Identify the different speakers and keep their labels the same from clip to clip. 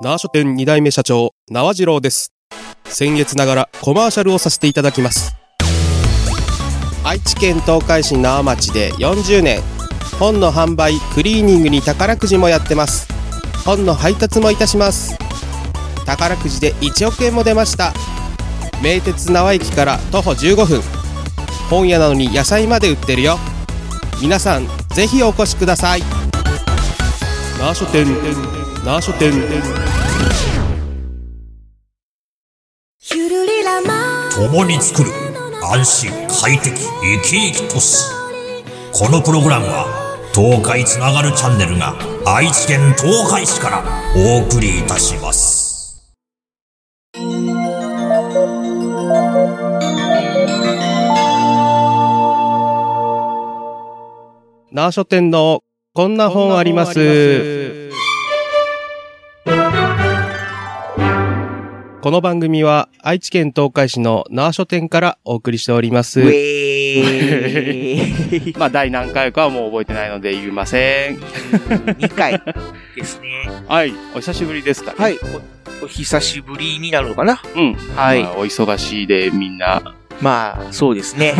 Speaker 1: 縄書店2代目社長、縄次郎です。先月ながらコマーシャルをさせていただきます。愛知県東海市縄町で40年、本の販売、クリーニングに宝くじもやってます。本の配達もいたします。宝くじで1億円も出ました。名鉄縄駅から徒歩15分。本屋なのに野菜まで売ってるよ。皆さん、ぜひお越しください。縄書店、縄書店。
Speaker 2: ゆるりらま
Speaker 3: 共に作る安心快適生き生き都市このプログラムは東海つながるチャンネルが愛知県東海市からお送りいたします
Speaker 1: 縄書店のこんな本あります。この番組は愛知県東海市の縄書店からお送りしております。
Speaker 4: ウェーイ
Speaker 1: まあ、第何回かはもう覚えてないので言いません。
Speaker 4: !2 回ですね。
Speaker 1: はい、お久しぶりですか、
Speaker 4: はい。お、お久しぶりになるのかな
Speaker 1: うん。
Speaker 4: はい
Speaker 1: まあお忙しいでみんな、
Speaker 4: まあ、そうです ね。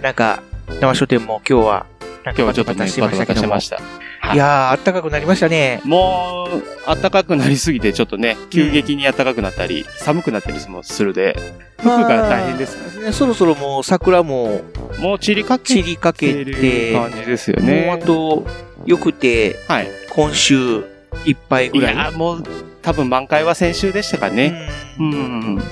Speaker 4: なんか、生書店も今日は、今
Speaker 1: 今日はちょっとね、バタバタしてましたた。
Speaker 4: けども。いやー、あったかくなりましたね。
Speaker 1: もう、暖かくなりすぎて、ちょっとね、急激に暖かくなったり、寒くなったりもするで、服
Speaker 4: まあ
Speaker 1: が大変ですね。
Speaker 4: ねそろそろもう桜も
Speaker 1: もう散りかけ
Speaker 4: 散りかけ
Speaker 1: てる
Speaker 4: て、
Speaker 1: 感じですよね。
Speaker 4: もうあと、よくて、
Speaker 1: はい。
Speaker 4: 今週いっぱい
Speaker 1: い
Speaker 4: ぐらい。
Speaker 1: や、もう、多分満開は先週でしたかね。
Speaker 4: う
Speaker 1: うんん。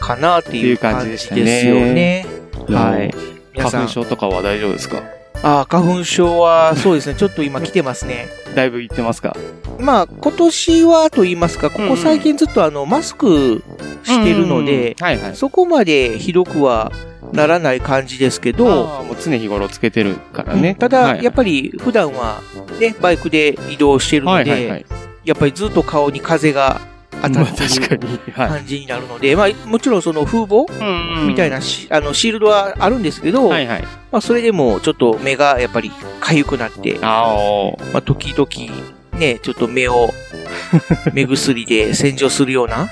Speaker 4: かなっていう
Speaker 1: っていう感
Speaker 4: 感
Speaker 1: じ
Speaker 4: じ
Speaker 1: で
Speaker 4: で
Speaker 1: し
Speaker 4: す
Speaker 1: たね
Speaker 4: よね。はい。皆さ
Speaker 1: 花
Speaker 4: ん
Speaker 1: 粉、症とかは大丈夫ですか
Speaker 4: ああ、花粉症は、そう ですね。ちょっと今来てますね。
Speaker 1: だいぶいってますか
Speaker 4: まあ、今年はと言いますか、ここ最近ずっとあの、マスクしてるので、
Speaker 1: うんはいはい。
Speaker 4: そこまでひどくはならない感じですけど、
Speaker 1: あーもう常日頃つけてるから
Speaker 4: う
Speaker 1: ね。
Speaker 4: んた
Speaker 1: は
Speaker 4: だ、
Speaker 1: い
Speaker 4: やっぱり普段は、ね、バイクで移動してるの
Speaker 1: はいはいは
Speaker 4: で、
Speaker 1: い。
Speaker 4: やっぱりずっと顔に風が当た
Speaker 1: まあ
Speaker 4: って
Speaker 1: 確
Speaker 4: る
Speaker 1: かに。はい。
Speaker 4: 感じになるので、まあ、もちろんその風防みたいなしあの、シールドはあるんですけど、
Speaker 1: はいはい。
Speaker 4: まあ、それでもちょっと目がやっぱり痒くなって、
Speaker 1: あお。
Speaker 4: まあ、時々、ね、ちょっと目 を、目薬で洗浄するような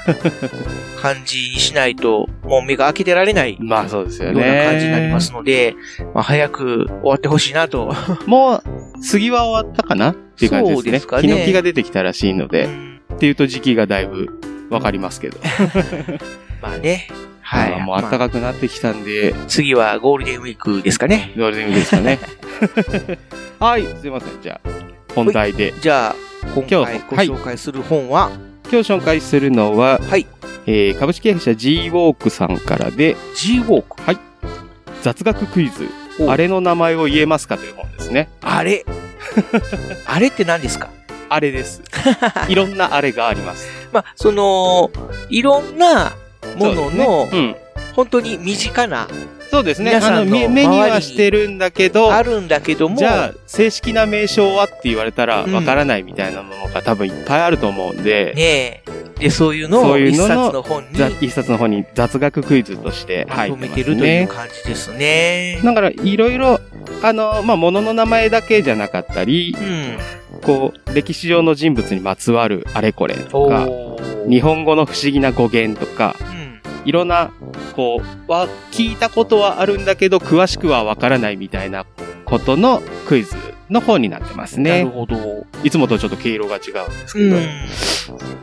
Speaker 4: 感じにしないと、もう目が開けてられないよ
Speaker 1: まあそうです
Speaker 4: う
Speaker 1: よ
Speaker 4: な
Speaker 1: ね。
Speaker 4: 感じになります。ので、まあ、早く終わってほしいな と。
Speaker 1: もう、杉は終わったかなっていう感じですね。
Speaker 4: そうですかね
Speaker 1: ヒノキが出てきたらしいの
Speaker 4: う
Speaker 1: で、
Speaker 4: ん
Speaker 1: っていうと時期がだいぶわかりますけど。
Speaker 4: まあね。はい。
Speaker 1: まあもう暖
Speaker 4: ま
Speaker 1: かくなってきたんで、
Speaker 4: あ次はゴールデンウィークですかね。
Speaker 1: ゴールデンウィークですかね。 はい、すいません。じゃあ、本題で。
Speaker 4: じゃあ、今
Speaker 1: 今
Speaker 4: 回
Speaker 1: 日
Speaker 4: ご紹介する本は、
Speaker 1: 今日紹介するのは、
Speaker 4: はい
Speaker 1: えー株式会社 G ウォークさんからで、
Speaker 4: G ウォーク。
Speaker 1: 雑学クイズ、
Speaker 4: お
Speaker 1: あれの名前を言えますかという本ですね。
Speaker 4: あ れあれって何ですか
Speaker 1: あれです。 いろんなあれがあります。
Speaker 4: まあ、その、いろんなもの
Speaker 1: そう
Speaker 4: の、
Speaker 1: ですね
Speaker 4: 本当に身近な、
Speaker 1: うん。そうですね。
Speaker 4: 皆
Speaker 1: あ
Speaker 4: さ
Speaker 1: の、
Speaker 4: んの
Speaker 1: 目目に
Speaker 4: 周り
Speaker 1: は
Speaker 4: に
Speaker 1: してるんだけど、
Speaker 4: あるんだけども、
Speaker 1: じゃあ、正式な名称はって言われたら、わからないみたいなものが多分いっぱいあると思うんで、
Speaker 4: ねえ。で、そういうの
Speaker 1: そ
Speaker 4: を
Speaker 1: ういう
Speaker 4: 一
Speaker 1: の
Speaker 4: 冊
Speaker 1: の
Speaker 4: の本に
Speaker 1: ざ一冊の方に雑学クイズとして
Speaker 4: ま
Speaker 1: 入
Speaker 4: と
Speaker 1: って
Speaker 4: め
Speaker 1: ま
Speaker 4: て
Speaker 1: す
Speaker 4: るとい
Speaker 1: ね
Speaker 4: う。感じですね。
Speaker 1: だから、いろいろ、あの、まあ、物の名前だけじゃなかったり
Speaker 4: う、ん。
Speaker 1: こう、歴史上の人物にまつわるあれこれとか、
Speaker 4: おー
Speaker 1: 日本語の不思議な語源とか、
Speaker 4: うん。
Speaker 1: いろんな、こう、は、聞いたことはあるんだけど、詳しくはわからないみたいなことのクイズの方になってます
Speaker 4: なる
Speaker 1: ね。
Speaker 4: ほど。う
Speaker 1: いつもとちょっと毛色が違うんですけ
Speaker 4: ん
Speaker 1: ど。。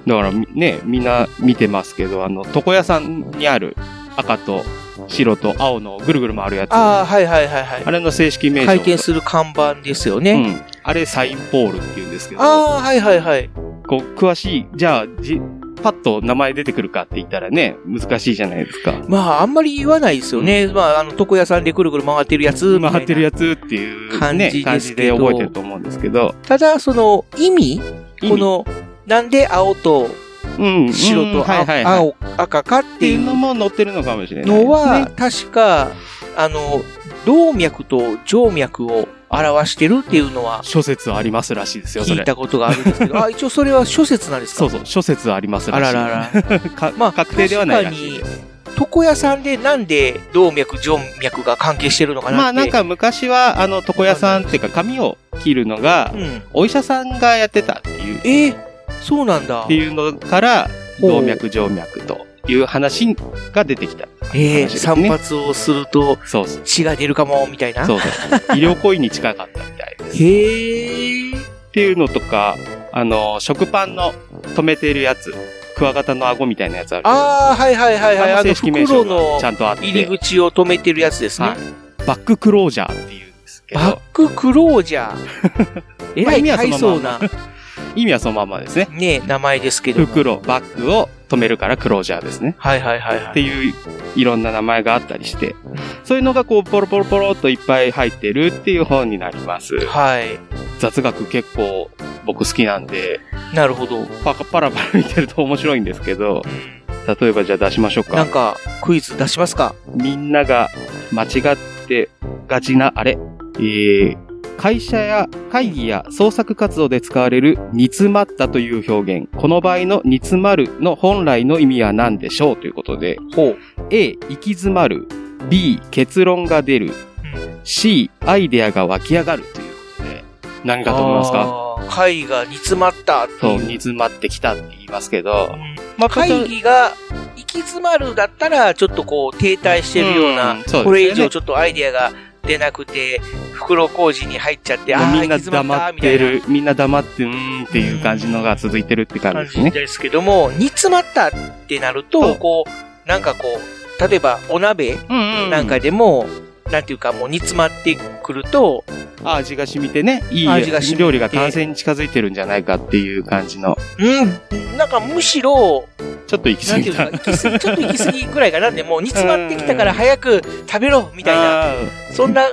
Speaker 1: だからみね、みんな見てますけど、あの、床屋さんにある赤と白と青のぐるぐる回るやつ。
Speaker 4: ああ、
Speaker 1: あ
Speaker 4: はいはいはいはい。
Speaker 1: れの正式名称。
Speaker 4: 拝見する看板ですよ
Speaker 1: う
Speaker 4: ね。
Speaker 1: ん。あれサインポールって言うんですけど、
Speaker 4: ああ、はいはいはい。
Speaker 1: こう、詳しい、じゃあ、じ、パッと名前出てくるかって言ったらね、難しいじゃないですか。
Speaker 4: まあ、あんまり言わないですよね。まあ、あの、床屋さんでくるくる回ってるやつ。
Speaker 1: 回ってる
Speaker 4: や
Speaker 1: やつっていう、ね、
Speaker 4: 感じ
Speaker 1: 感
Speaker 4: で
Speaker 1: じ
Speaker 4: す
Speaker 1: で
Speaker 4: けど
Speaker 1: 覚えてると思うんですけど、
Speaker 4: つ。ただ、その、意味
Speaker 1: 意味
Speaker 4: この、なんで青と
Speaker 1: うん
Speaker 4: 白
Speaker 1: うん
Speaker 4: と
Speaker 1: はいはい
Speaker 4: あ
Speaker 1: はい
Speaker 4: 青、赤かっ
Speaker 1: ってて
Speaker 4: い
Speaker 1: いう
Speaker 4: う
Speaker 1: のも載ってるのかもしれないですね。
Speaker 4: のは、確か、あの、動脈と静脈を表してるっていうのは
Speaker 1: 諸説ありますらしいですよ、そ
Speaker 4: 聞い
Speaker 1: れ。
Speaker 4: たことがあるんですけ ど、あ、一応それは諸説なんですか
Speaker 1: そうそう、諸説ありますらし
Speaker 4: あ
Speaker 1: い。
Speaker 4: らら ら。
Speaker 1: か
Speaker 4: まあ
Speaker 1: 確定ではないらしいです。
Speaker 4: 床屋さんでなんで動脈、静脈が関係してるのかなって。
Speaker 1: まあなん、か昔は、あの、床屋さんっていうか髪を切るのが
Speaker 4: う、ん。
Speaker 1: お医者さんがやってたっていう。
Speaker 4: えーそうなんだ
Speaker 1: って。いうのから、
Speaker 4: ほう
Speaker 1: 動脈静脈という話が出てきた。
Speaker 4: ええ
Speaker 1: 話です
Speaker 4: 散
Speaker 1: ね
Speaker 4: 髪をすると
Speaker 1: そうそう。
Speaker 4: 血が出るかも、みたいな。
Speaker 1: そうそう。医療行為に近かったみたいです。
Speaker 4: へえ。
Speaker 1: っていうのとか、あの、食パンの止めてるやつ、クワガタの顎みたいなやつある。
Speaker 4: ああ、はいはいはいはい。あ
Speaker 1: の
Speaker 4: の
Speaker 1: 正式名称
Speaker 4: 袋
Speaker 1: が
Speaker 4: の
Speaker 1: ちゃんとあって、
Speaker 4: 入り口を止めてるやつですね。
Speaker 1: はいバッククロージャーっていうんですけ
Speaker 4: バッ
Speaker 1: ど、
Speaker 4: ククロージャー。 えらい大層な、
Speaker 1: 意味はそのまんまですね。
Speaker 4: ね、名前です けども。
Speaker 1: 袋、バックを止めるからクロージャーですね。
Speaker 4: はいはいはいは
Speaker 1: っ
Speaker 4: い。
Speaker 1: ていういろんな名前があったりして、そういうのがこうポロポロポロっといっぱい入ってるっていう本になります。
Speaker 4: はい。
Speaker 1: 雑学結構僕好きなんで、
Speaker 4: なるほど。
Speaker 1: パカパラパラ見てると面白いんですけど、例えばじゃあ出しましょう
Speaker 4: なん
Speaker 1: か。
Speaker 4: か、クイズ出しますか
Speaker 1: みんなが間違ってがちなあれ。えー会社や会議や創作活動で使われる煮詰まったという表現。この場合の煮詰まるの本来の意味は何でしょうということで、
Speaker 4: ほう。
Speaker 1: A、行き詰まる。B、結論が出る。C、アイデアが湧き上がるということで、何かと思いますか
Speaker 4: あー会が煮詰まったって
Speaker 1: そう、
Speaker 4: い
Speaker 1: 煮
Speaker 4: う。
Speaker 1: 詰まってきたって言いますけど、
Speaker 4: まあ、会議が行き詰まるだったら、ちょっとこう停滞してるような、
Speaker 1: んそうですね
Speaker 4: これ以上ちょっとアイデアが出なくて、袋工事に入っちゃって、あ
Speaker 1: も
Speaker 4: あ、
Speaker 1: う
Speaker 4: 行
Speaker 1: み
Speaker 4: き
Speaker 1: んな
Speaker 4: 詰まっ
Speaker 1: 黙
Speaker 4: た、
Speaker 1: っ
Speaker 4: みた
Speaker 1: て
Speaker 4: いな
Speaker 1: る、みんな黙って、うーんっていう感じのが続いてるって感
Speaker 4: 感
Speaker 1: じです
Speaker 4: じ
Speaker 1: ね。
Speaker 4: ですけども、煮詰まったってなる
Speaker 1: そ
Speaker 4: と、
Speaker 1: う
Speaker 4: こう、なんかこう、例えばお鍋
Speaker 1: うん
Speaker 4: なんかでも、なんていうかもう煮詰まってくると、
Speaker 1: 味が染みてね、いい
Speaker 4: 味が染みて
Speaker 1: 料理が完成に近づいてるんじゃないかっていう感じの、
Speaker 4: うん、なんかむしろ、
Speaker 1: ちょっと行き
Speaker 4: な
Speaker 1: 過
Speaker 4: んて
Speaker 1: ぎ
Speaker 4: いう
Speaker 1: た。
Speaker 4: か、行き過ぎちょっと行き過ぎぐらいかなって、もう煮詰まってきたから早く食べろみたいな、
Speaker 1: あー
Speaker 4: そんなイ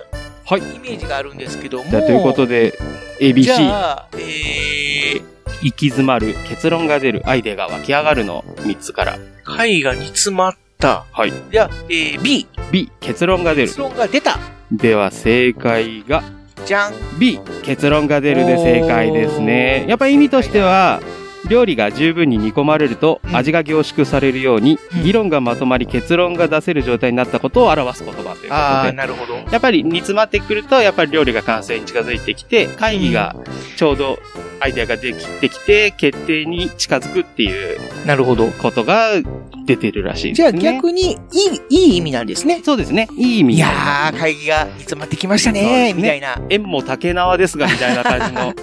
Speaker 1: はい
Speaker 4: メージがあるんですけども。
Speaker 1: じゃあということで、
Speaker 4: じ
Speaker 1: ABC、
Speaker 4: ゃあ、えー、
Speaker 1: 行き詰まる、結論が出る、アイデアが湧き上がるの3つから。
Speaker 4: 貝が煮詰まった。
Speaker 1: はい。
Speaker 4: じゃあ、えー、B、
Speaker 1: B、結論が出る
Speaker 4: 結。論が出た。
Speaker 1: では正解が
Speaker 4: じゃん。
Speaker 1: B、結論が出るで正解ですね
Speaker 4: お。ー
Speaker 1: やっぱり意味としては、料理が十分に煮込まれると
Speaker 4: うん
Speaker 1: 味が凝縮されるように、
Speaker 4: うん
Speaker 1: 議論がまとまり結論が出せる状態になったことを表す言葉ということで。
Speaker 4: ああ、なるほど。
Speaker 1: やっぱり煮詰まってくると、やっぱり料理が完成に近づいてきて、会議がちょうどアイデアができてきて、決定に近づくっていう
Speaker 4: なるほど。
Speaker 1: ことが出てるらしい
Speaker 4: じ
Speaker 1: で
Speaker 4: ゃ
Speaker 1: す
Speaker 4: あ
Speaker 1: ね。
Speaker 4: 逆に、いい、いい意味なんですね。
Speaker 1: そうですね。いい意味
Speaker 4: い
Speaker 1: で
Speaker 4: やー、会議が煮詰まってきました
Speaker 1: そうで
Speaker 4: ね、
Speaker 1: す
Speaker 4: み
Speaker 1: ね
Speaker 4: たいな。
Speaker 1: 縁も竹縄ですが、みたいな感じの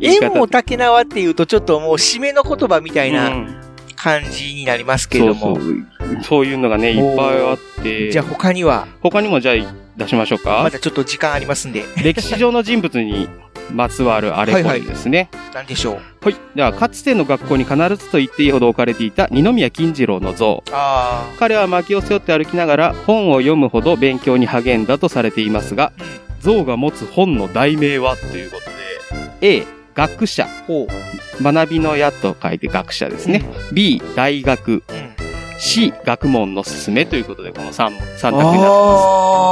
Speaker 1: 言い方。
Speaker 4: 縁も竹縄っていうと、ちょっともう締めの言葉みたいな
Speaker 1: うん
Speaker 4: 感じになりますけれども。
Speaker 1: そうそうそういうのがね、いっぱいあって。
Speaker 4: じゃあ他には、
Speaker 1: 他にもじゃあ出しましょうか
Speaker 4: ま。だちょっと時間ありますんで、
Speaker 1: 歴史上の人物にまつわるあれこれですね。
Speaker 4: なんでしょう。
Speaker 1: はい。では、かつての学校に必ずと言っていいほど置かれていた二宮金次郎の像。
Speaker 4: あ
Speaker 1: 彼は薪を背負って歩きながら本を読むほど勉強に励んだとされていますが、像が持つ本の題名はということで、A、学者。
Speaker 4: あ、ほう。
Speaker 1: 学びの矢と書いて学者ですね。B、大学。
Speaker 4: うん。
Speaker 1: C、学問のすすめということで、この三三択になってま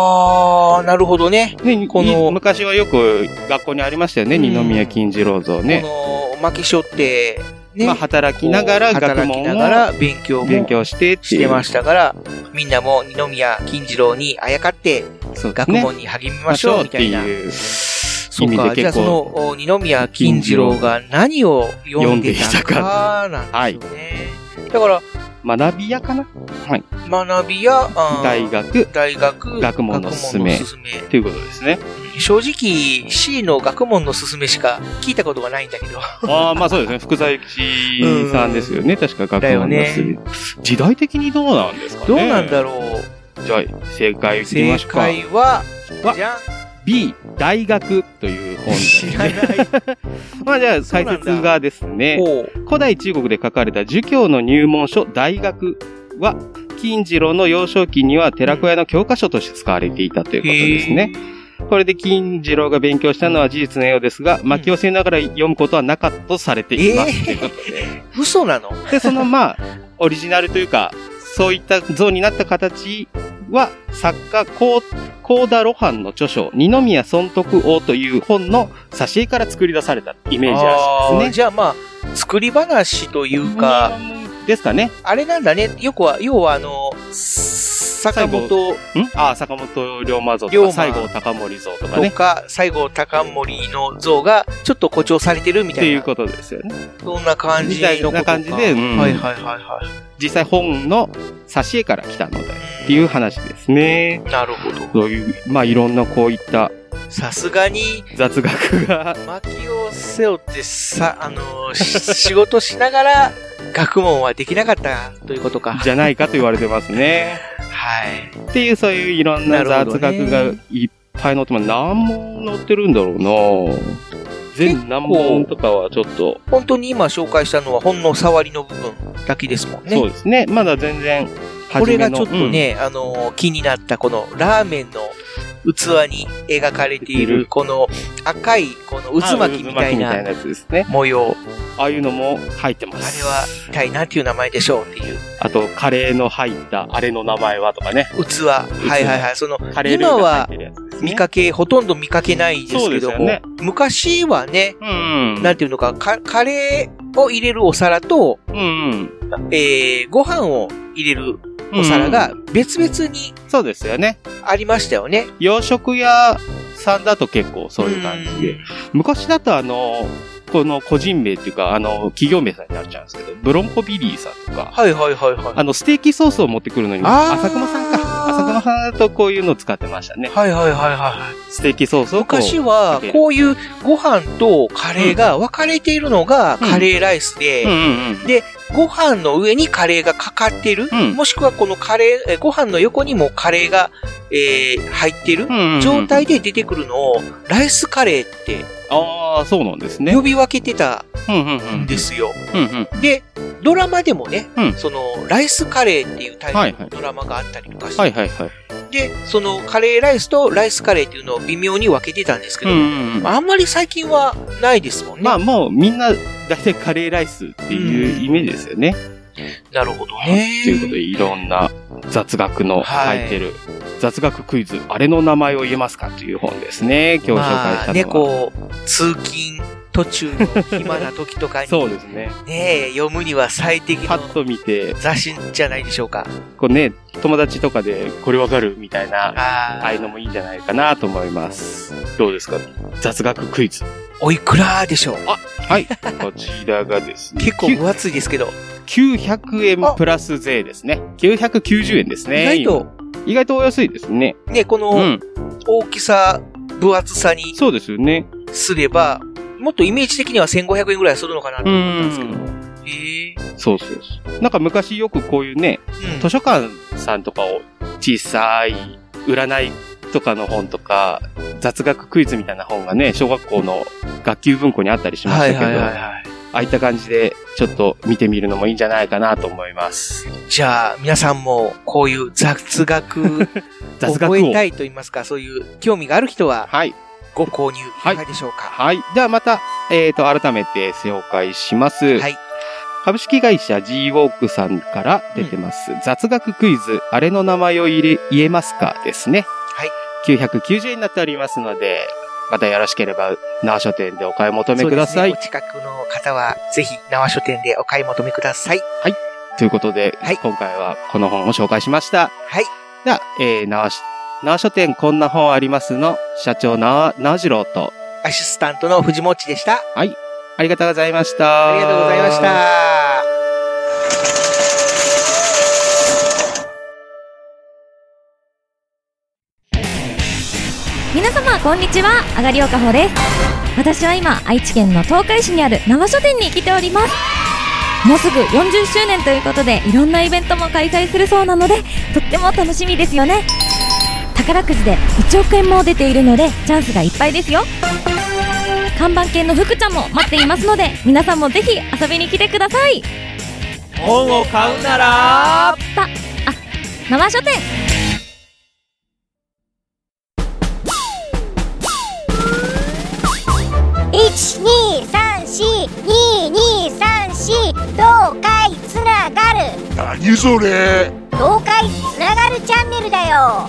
Speaker 4: ああ、なるほどね。
Speaker 1: す。ね、こ
Speaker 4: こ
Speaker 1: の
Speaker 4: の
Speaker 1: 昔はよく学校にありましたよね、
Speaker 4: うん
Speaker 1: 二宮金次郎像ね。
Speaker 4: この、負けしょって、ね。
Speaker 1: まあ、働きながら学
Speaker 4: 働き
Speaker 1: 問
Speaker 4: なが
Speaker 1: を
Speaker 4: ら勉強
Speaker 1: 勉
Speaker 4: も
Speaker 1: 強してって
Speaker 4: し
Speaker 1: い
Speaker 4: て
Speaker 1: う
Speaker 4: ましたから、みんなも二宮金次郎にあやかって、
Speaker 1: そうです
Speaker 4: 学
Speaker 1: ね
Speaker 4: 問に励みましょう、みたいな
Speaker 1: っ。ていう
Speaker 4: そ
Speaker 1: 意
Speaker 4: う
Speaker 1: 味
Speaker 4: か、
Speaker 1: で
Speaker 4: じゃあ
Speaker 1: 結
Speaker 4: そ
Speaker 1: 構、
Speaker 4: のお二宮金次郎が何を読んでいたかなんですよね。だか
Speaker 1: 学び屋かなはい。
Speaker 4: ら、学びや、あー
Speaker 1: 大学
Speaker 4: 大学、
Speaker 1: 学問のすすめ
Speaker 4: 学問のすすめ
Speaker 1: ということですね。
Speaker 4: 正直、C の学問のすすめしか聞いたことがないんだけど。
Speaker 1: ああ、まあそうですね。福沢諭吉さんですよね。確か学問のすすめ
Speaker 4: だ
Speaker 1: 時代的にどうなんですかね
Speaker 4: どうなんだろ
Speaker 1: じゃあ、正解
Speaker 4: う。
Speaker 1: 言ってみ
Speaker 4: 正
Speaker 1: ましょうか。
Speaker 4: 解は
Speaker 1: わ、
Speaker 4: じゃん
Speaker 1: B、大学という本です
Speaker 4: 知らない。
Speaker 1: まあじゃあ
Speaker 4: そう
Speaker 1: 解
Speaker 4: なんだ
Speaker 1: 説がですね、
Speaker 4: ほう
Speaker 1: 古代中国で書かれた儒教の入門書大学は、金次郎の幼少期には寺子屋の教科書として使われていたということですね。これで金次郎が勉強したのは事実のようですが、巻き寄せながら読むことはなかったとされています。
Speaker 4: えー
Speaker 1: ということで。
Speaker 4: 嘘なの
Speaker 1: で、そのまあ、オリジナルというか、そういった像になった形は、作家、高高田露伴の著書、二宮尊徳王という本の挿絵から作り出されたイメージらしいです
Speaker 4: あー
Speaker 1: ね。
Speaker 4: じゃあまあ、作り話というか、
Speaker 1: ですかね。
Speaker 4: あれなんだね。よくは、要はあの、坂本
Speaker 1: ああ、坂本龍馬像
Speaker 4: 龍
Speaker 1: と
Speaker 4: 馬
Speaker 1: か、西郷隆盛像とか
Speaker 4: と
Speaker 1: ね。
Speaker 4: か、西郷隆盛の像がちょっと誇張されてるみ
Speaker 1: ったて
Speaker 4: い
Speaker 1: いう
Speaker 4: な。
Speaker 1: ことですよね。
Speaker 4: そんな感じのことか
Speaker 1: みたいな感じでうん
Speaker 4: はいはいはいはい。
Speaker 1: 実際本の挿絵から来たので、っていう話ですね。
Speaker 4: なるほど。
Speaker 1: そういう、まあいろんなこういった
Speaker 4: さすがに、
Speaker 1: 雑学 が、
Speaker 4: 薪を背負ってさ、あの、し 仕事しながら、学問はできなかったということか。
Speaker 1: じゃないかと言われてますね。
Speaker 4: はい。
Speaker 1: っていう、そういういろんな
Speaker 4: なる
Speaker 1: 雑
Speaker 4: ほどね
Speaker 1: 学がいっぱい載ってます。何問載ってるんだろうな全何問とかはちょっと、
Speaker 4: 本当に今紹介したのはほんの触りの部分だけですもんね。
Speaker 1: そうですね。まだ全然、
Speaker 4: こ
Speaker 1: 初
Speaker 4: れ
Speaker 1: め
Speaker 4: が
Speaker 1: の
Speaker 4: ちょっと、ね、あの、気になったこのラーメンの器に描かれているこの赤いこの
Speaker 1: うん
Speaker 4: 渦巻きみたい
Speaker 1: 渦巻き
Speaker 4: な
Speaker 1: やつですね。
Speaker 4: 模様。
Speaker 1: ああいうのも入ってま
Speaker 4: あれ
Speaker 1: す。
Speaker 4: は一体なんていう名前でしょうっていう。
Speaker 1: あと、カレーの入った、あれの名前はとかね。
Speaker 4: 器。はいはいはい。その、
Speaker 1: カレールーが入ってるやつです、ね。
Speaker 4: 見かけ、ほとんど見かけないですけども、
Speaker 1: そうですよね
Speaker 4: 昔はね、
Speaker 1: うんうん。
Speaker 4: なんていうのか、かカレーを入れるお皿と、
Speaker 1: うんうん。
Speaker 4: えー、ご飯を入れるお皿が別々に
Speaker 1: そうですよね。
Speaker 4: ありましたよね。
Speaker 1: 洋食屋さんだと結構そういう感じで。昔だとあの、この個人名っていうか、あの、企業名さんになっちゃうんですけど、ブロンコビリーさんとか、
Speaker 4: はいはいはいはい。
Speaker 1: あの、ステーキソースを持ってくるのに、
Speaker 4: あー
Speaker 1: 浅熊さんか。浅熊さんだとこういうのを使ってましたね。
Speaker 4: はいはいはいはいはい。
Speaker 1: ステーキソースをこう
Speaker 4: 昔は、こういうご飯とカレーが分かれているのがカレーライス
Speaker 1: うんう
Speaker 4: で、
Speaker 1: んうん。
Speaker 4: ご飯の上にカレーがかかってる、
Speaker 1: うん
Speaker 4: もしくはこのカレーえ、ご飯の横にもカレーが、えー入ってる
Speaker 1: うんうんうん
Speaker 4: 状態で出てくるのを、ライスカレーって
Speaker 1: ああ、そうなんですね。
Speaker 4: 呼び分けてた
Speaker 1: うんうんうんん。
Speaker 4: ですよ。
Speaker 1: うんうん。
Speaker 4: で、ドラマでもね、
Speaker 1: うん
Speaker 4: その、ライスカレーっていうタ
Speaker 1: は
Speaker 4: イ
Speaker 1: い
Speaker 4: プの
Speaker 1: はい
Speaker 4: ドラマがあったりとかして、
Speaker 1: はいはいはい。
Speaker 4: で、その、カレーライスとライスカレーっていうのを微妙に分けてたんですけ
Speaker 1: う
Speaker 4: ど、
Speaker 1: んうんうん。
Speaker 4: あんまり最近はないですもんね。
Speaker 1: まあもうみんな大体カレーライスっていうイメージですよね。
Speaker 4: なるほど
Speaker 1: と
Speaker 4: ね。
Speaker 1: いうことでいろんな雑学の
Speaker 4: はい
Speaker 1: 入ってる、雑学クイズ、あれの名前を言えますかという本ですね。今日紹介
Speaker 4: まあ、ね、
Speaker 1: したのは。
Speaker 4: こう、通勤途中の暇な時とかに、
Speaker 1: そうですね。
Speaker 4: ね、読むには最適
Speaker 1: パ
Speaker 4: の
Speaker 1: ッと見て、
Speaker 4: 雑誌じゃないでしょうか。
Speaker 1: こうね、友達とかでこれわかるみたいな、あ
Speaker 4: あ
Speaker 1: あいう
Speaker 4: あ、
Speaker 1: のもいいんじゃないかなと思います。どうですか雑学クイ ズ。
Speaker 4: おいくらでしょう。
Speaker 1: はい。こちらがですね。
Speaker 4: 結構分厚いですけど、
Speaker 1: 900円プラス税ですね。990円ですね。
Speaker 4: 意外と、
Speaker 1: 今。意外とお安いですね。
Speaker 4: ね、こ
Speaker 1: う
Speaker 4: の
Speaker 1: ん。
Speaker 4: 大きさ、分厚さに
Speaker 1: そうですよね。
Speaker 4: すれば、もっとイメージ的には1500円ぐらいするのかなと
Speaker 1: う
Speaker 4: 思ったんですけど。
Speaker 1: ん。
Speaker 4: へえ
Speaker 1: そうそうそう。なんか昔よくこういうね、図書館さんとかを小さい占いとかの本とか、雑学クイズみたいな本がね、小学校の学級文庫にあったりし
Speaker 4: うん
Speaker 1: ました
Speaker 4: はいは
Speaker 1: けど、
Speaker 4: いはいはい。
Speaker 1: ああいった感じでちょっと見てみるのもいいんじゃないかなと思います。
Speaker 4: じゃあ、皆さんも、こういう雑学、
Speaker 1: 雑学
Speaker 4: 覚え
Speaker 1: を
Speaker 4: た。いと言いますか、そういう興味がある人は、
Speaker 1: はい。
Speaker 4: ご購入いかがでしょうか。
Speaker 1: はい。ではまた、えっ、と、改めて紹介します。
Speaker 4: はい。
Speaker 1: 株式会社 G ウォークさんから出てます。雑学クイズ、あれの名前を入れ、言えますかですね。
Speaker 4: はい。
Speaker 1: 990円になっておりますので、またよろしければ、なお書店でお買い求め
Speaker 4: そう
Speaker 1: く
Speaker 4: で
Speaker 1: だ
Speaker 4: す
Speaker 1: さい。
Speaker 4: ね、お近くの方は、ぜひ、縄書店でお買い求めください。
Speaker 1: ということで、
Speaker 4: はい
Speaker 1: 今回はこの本を紹介しました。
Speaker 4: はい。
Speaker 1: では、えー、なおし、なお書店こんな本ありますの、社長なお、なおじろうと、
Speaker 4: アシスタントの藤もっちでした。
Speaker 1: ありがとうございました。
Speaker 4: ありがとうございました。
Speaker 5: 皆様こんにちはあがりおかほです私は今愛知県の東海市にある縄書店に来ておりますもうすぐ40周年ということでいろんなイベントも開催するそうなのでとっても楽しみですよね宝くじで1億円も出ているのでチャンスがいっぱいですよ看板犬の福ちゃんも待っていますので皆さんもぜひ遊びに来てください
Speaker 4: 本を買うなら、
Speaker 5: たあ縄書店
Speaker 2: 一二三四二二三四東海つながる
Speaker 6: 何それ
Speaker 2: 東海つながるチャンネルだよ